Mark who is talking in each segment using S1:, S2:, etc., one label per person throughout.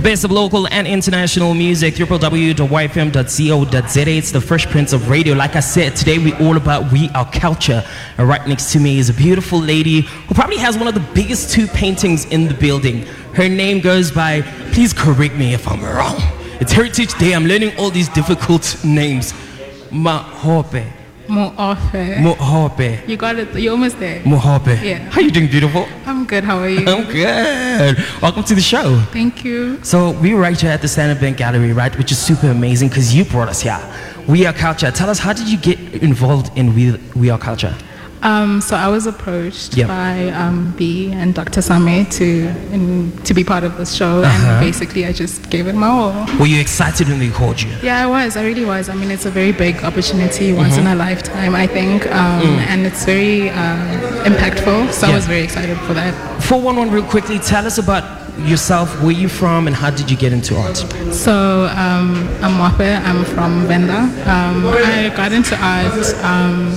S1: best of local and international music, www.yfm.co.za. It's the Fresh Prince of Radio. Like I said, today we all about We Are Culture. And right next to me is a beautiful lady who probably has one of the biggest two paintings in the building. Her name goes by, please correct me if I'm wrong. It's Heritage Day. I'm learning all these difficult names. Mahope.
S2: More often.
S1: Mohope.
S2: You got it. You're almost there.
S1: Mohope.
S2: Yeah.
S1: How you doing, beautiful?
S2: I'm good. How are you?
S1: I'm good. Welcome to the show.
S2: Thank you.
S1: So we were right here at the Standard Bank Gallery, right? Which is super amazing because you brought us here. We Are Culture. Tell us, how did you get involved in We, we Are Culture?
S2: Um, so I was approached
S1: Yep.
S2: by um, B and Dr. Same to in, to be part of this show,
S1: Uh-huh.
S2: and basically I just gave it my all.
S1: Were you excited when they called you?
S2: Yeah, I was. I really was. I mean, it's a very big opportunity, once
S1: Mm-hmm.
S2: in a lifetime, I think, um, and it's very uh, impactful. So
S1: Mm. Yeah.
S2: I was very excited for that.
S1: 411, real quickly, tell us about yourself, where you from, and how did you get into art?
S2: So um, I'm Wafe. I'm from Venda. Um, I got into art um,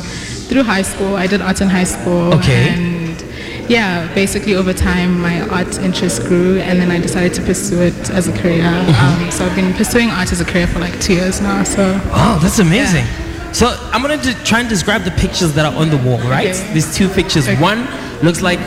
S2: through high school. I did art in high school.
S1: Okay.
S2: And yeah, basically over time my art interest grew, and then I decided to pursue it as a career. Um, so I've been pursuing art as a career for like two years now. So
S1: Oh, that's amazing. So I'm going to try and describe the pictures that are on the wall, right?
S2: Okay.
S1: These two pictures. One looks like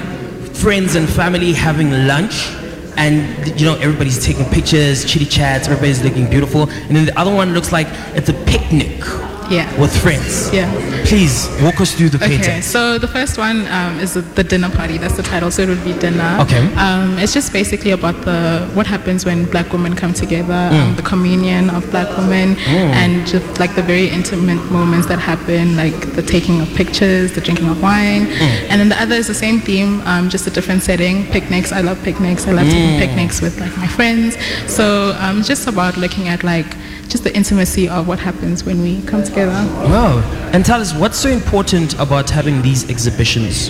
S1: friends and family having lunch. And you know everybody's taking pictures, chitty chats. Everybody's looking beautiful, and then the other one looks like it's a picnic
S2: yeah.
S1: with friends.
S2: Yeah.
S1: Please walk us through the
S2: Okay,
S1: painting.
S2: so the first one um, is the dinner party. That's the title, so it would be dinner.
S1: Okay.
S2: Um, it's just basically about the what happens when black women come together, um, the communion of black women, and just like the very intimate moments that happen, like the taking of pictures, the drinking of wine. And then the other is the same theme, um, just a different setting. Picnics. I love picnics. I love taking picnics with like my friends. So um, just about looking at like just the intimacy of what happens when we come together.
S1: Wow! And tell us what's so important about having these exhibitions.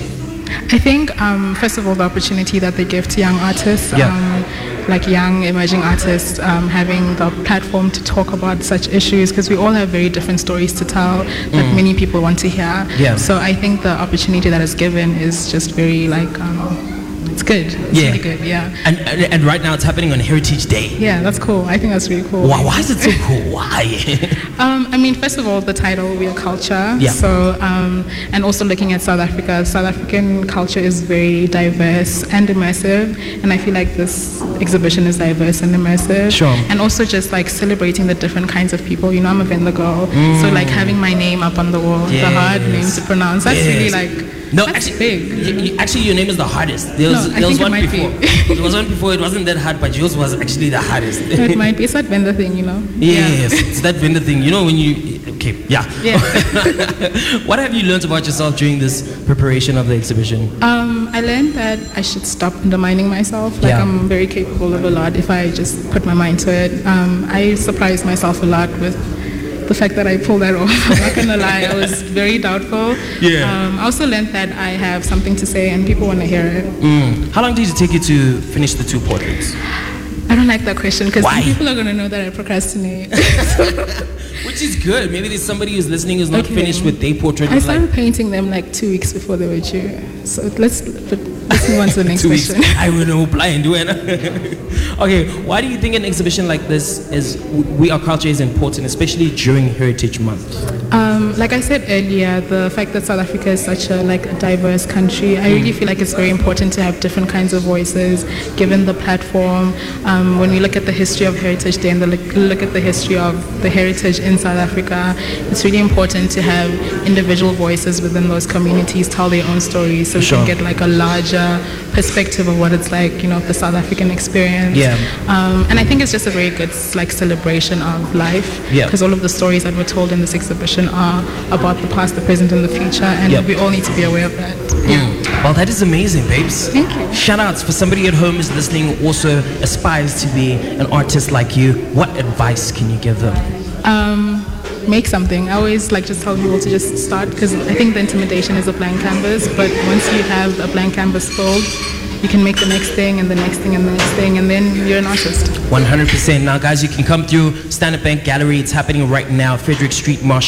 S2: I think, um, first of all, the opportunity that they give to young artists,
S1: Yeah.
S2: um, like young emerging artists, um, having the platform to talk about such issues because we all have very different stories to tell that many people want to hear.
S1: Mm. Yeah.
S2: So I think the opportunity that is given is just very like um, it's good. It's
S1: Yeah.
S2: really good. Yeah.
S1: And, and and right now it's happening on Heritage Day.
S2: Yeah, that's cool. I think that's really cool.
S1: Wow! Why is it so cool? Why?
S2: Um, I mean, first of all, the title "We Are Culture."
S1: Yeah.
S2: So, um, and also looking at South Africa, South African culture is very diverse and immersive, and I feel like this exhibition is diverse and immersive.
S1: Sure.
S2: And also just like celebrating the different kinds of people. You know, I'm a Venda girl, so like having my name up on the wall, the hard name
S1: Mm. Yes.
S2: to pronounce. That's really
S1: Yes.
S2: like
S1: no,
S2: that's
S1: actually,
S2: big.
S1: y- y- actually, your name is the hardest. There was,
S2: No, I
S1: there was
S2: think it
S1: one
S2: might be.
S1: before. there was one before. It wasn't that hard, but yours was actually the hardest.
S2: It might be. It's that Venda thing, you know.
S1: yes, it's that vendor thing. You know when you okay, yeah.
S2: Yeah.
S1: what have you learned about yourself during this preparation of the exhibition?
S2: Um, I learned that I should stop undermining myself. Like
S1: Yeah.
S2: I'm very capable of a lot if I just put my mind to it. Um, I surprised myself a lot with the fact that I pulled that off. I'm not gonna lie, I was very doubtful.
S1: Yeah.
S2: Um, I also learned that I have something to say and people want to hear it.
S1: Mm. How long did it take you to finish the two portraits?
S2: I don't like that question because
S1: Why?
S2: people are gonna know that I procrastinate.
S1: Which is good. Maybe there's somebody who's listening who's not
S2: Okay.
S1: finished with their portrait.
S2: I
S1: It's like
S2: started painting them like two weeks before they were due. So let's let's move on to the next
S1: two weeks.
S2: question.
S1: I will know blind when. okay, why do you think an exhibition like this is we our culture is important, especially during Heritage Month?
S2: Um, like I said earlier, the fact that South Africa is such a like a diverse country, I
S1: Mm.
S2: really feel like it's very important to have different kinds of voices given the platform. Um, when we look at the history of Heritage Day and the, look, look at the history of the heritage in South Africa, it's really important to have individual voices within those communities tell their own stories, so we
S1: Sure.
S2: can get like a larger perspective of what it's like, you know, the South African experience.
S1: Yeah.
S2: Um, and I think it's just a very good like celebration of life
S1: Yeah.
S2: because all of the stories that were told in this exhibition are about the past, the present, and the future, and
S1: Yeah.
S2: we all need to be aware of that.
S1: Well, that is amazing, babes.
S2: Thank you.
S1: Shout outs for somebody at home who's listening who also aspires to be an artist like you. What advice can you give them?
S2: Um, make something. I always like just tell people to just start because I think the intimidation is a blank canvas, but once you have a blank canvas filled, you can make the next thing and the next thing and the next thing, and then you're an artist.
S1: 100%. Now, guys, you can come through Standard Bank Gallery. It's happening right now, Frederick Street, Marshall.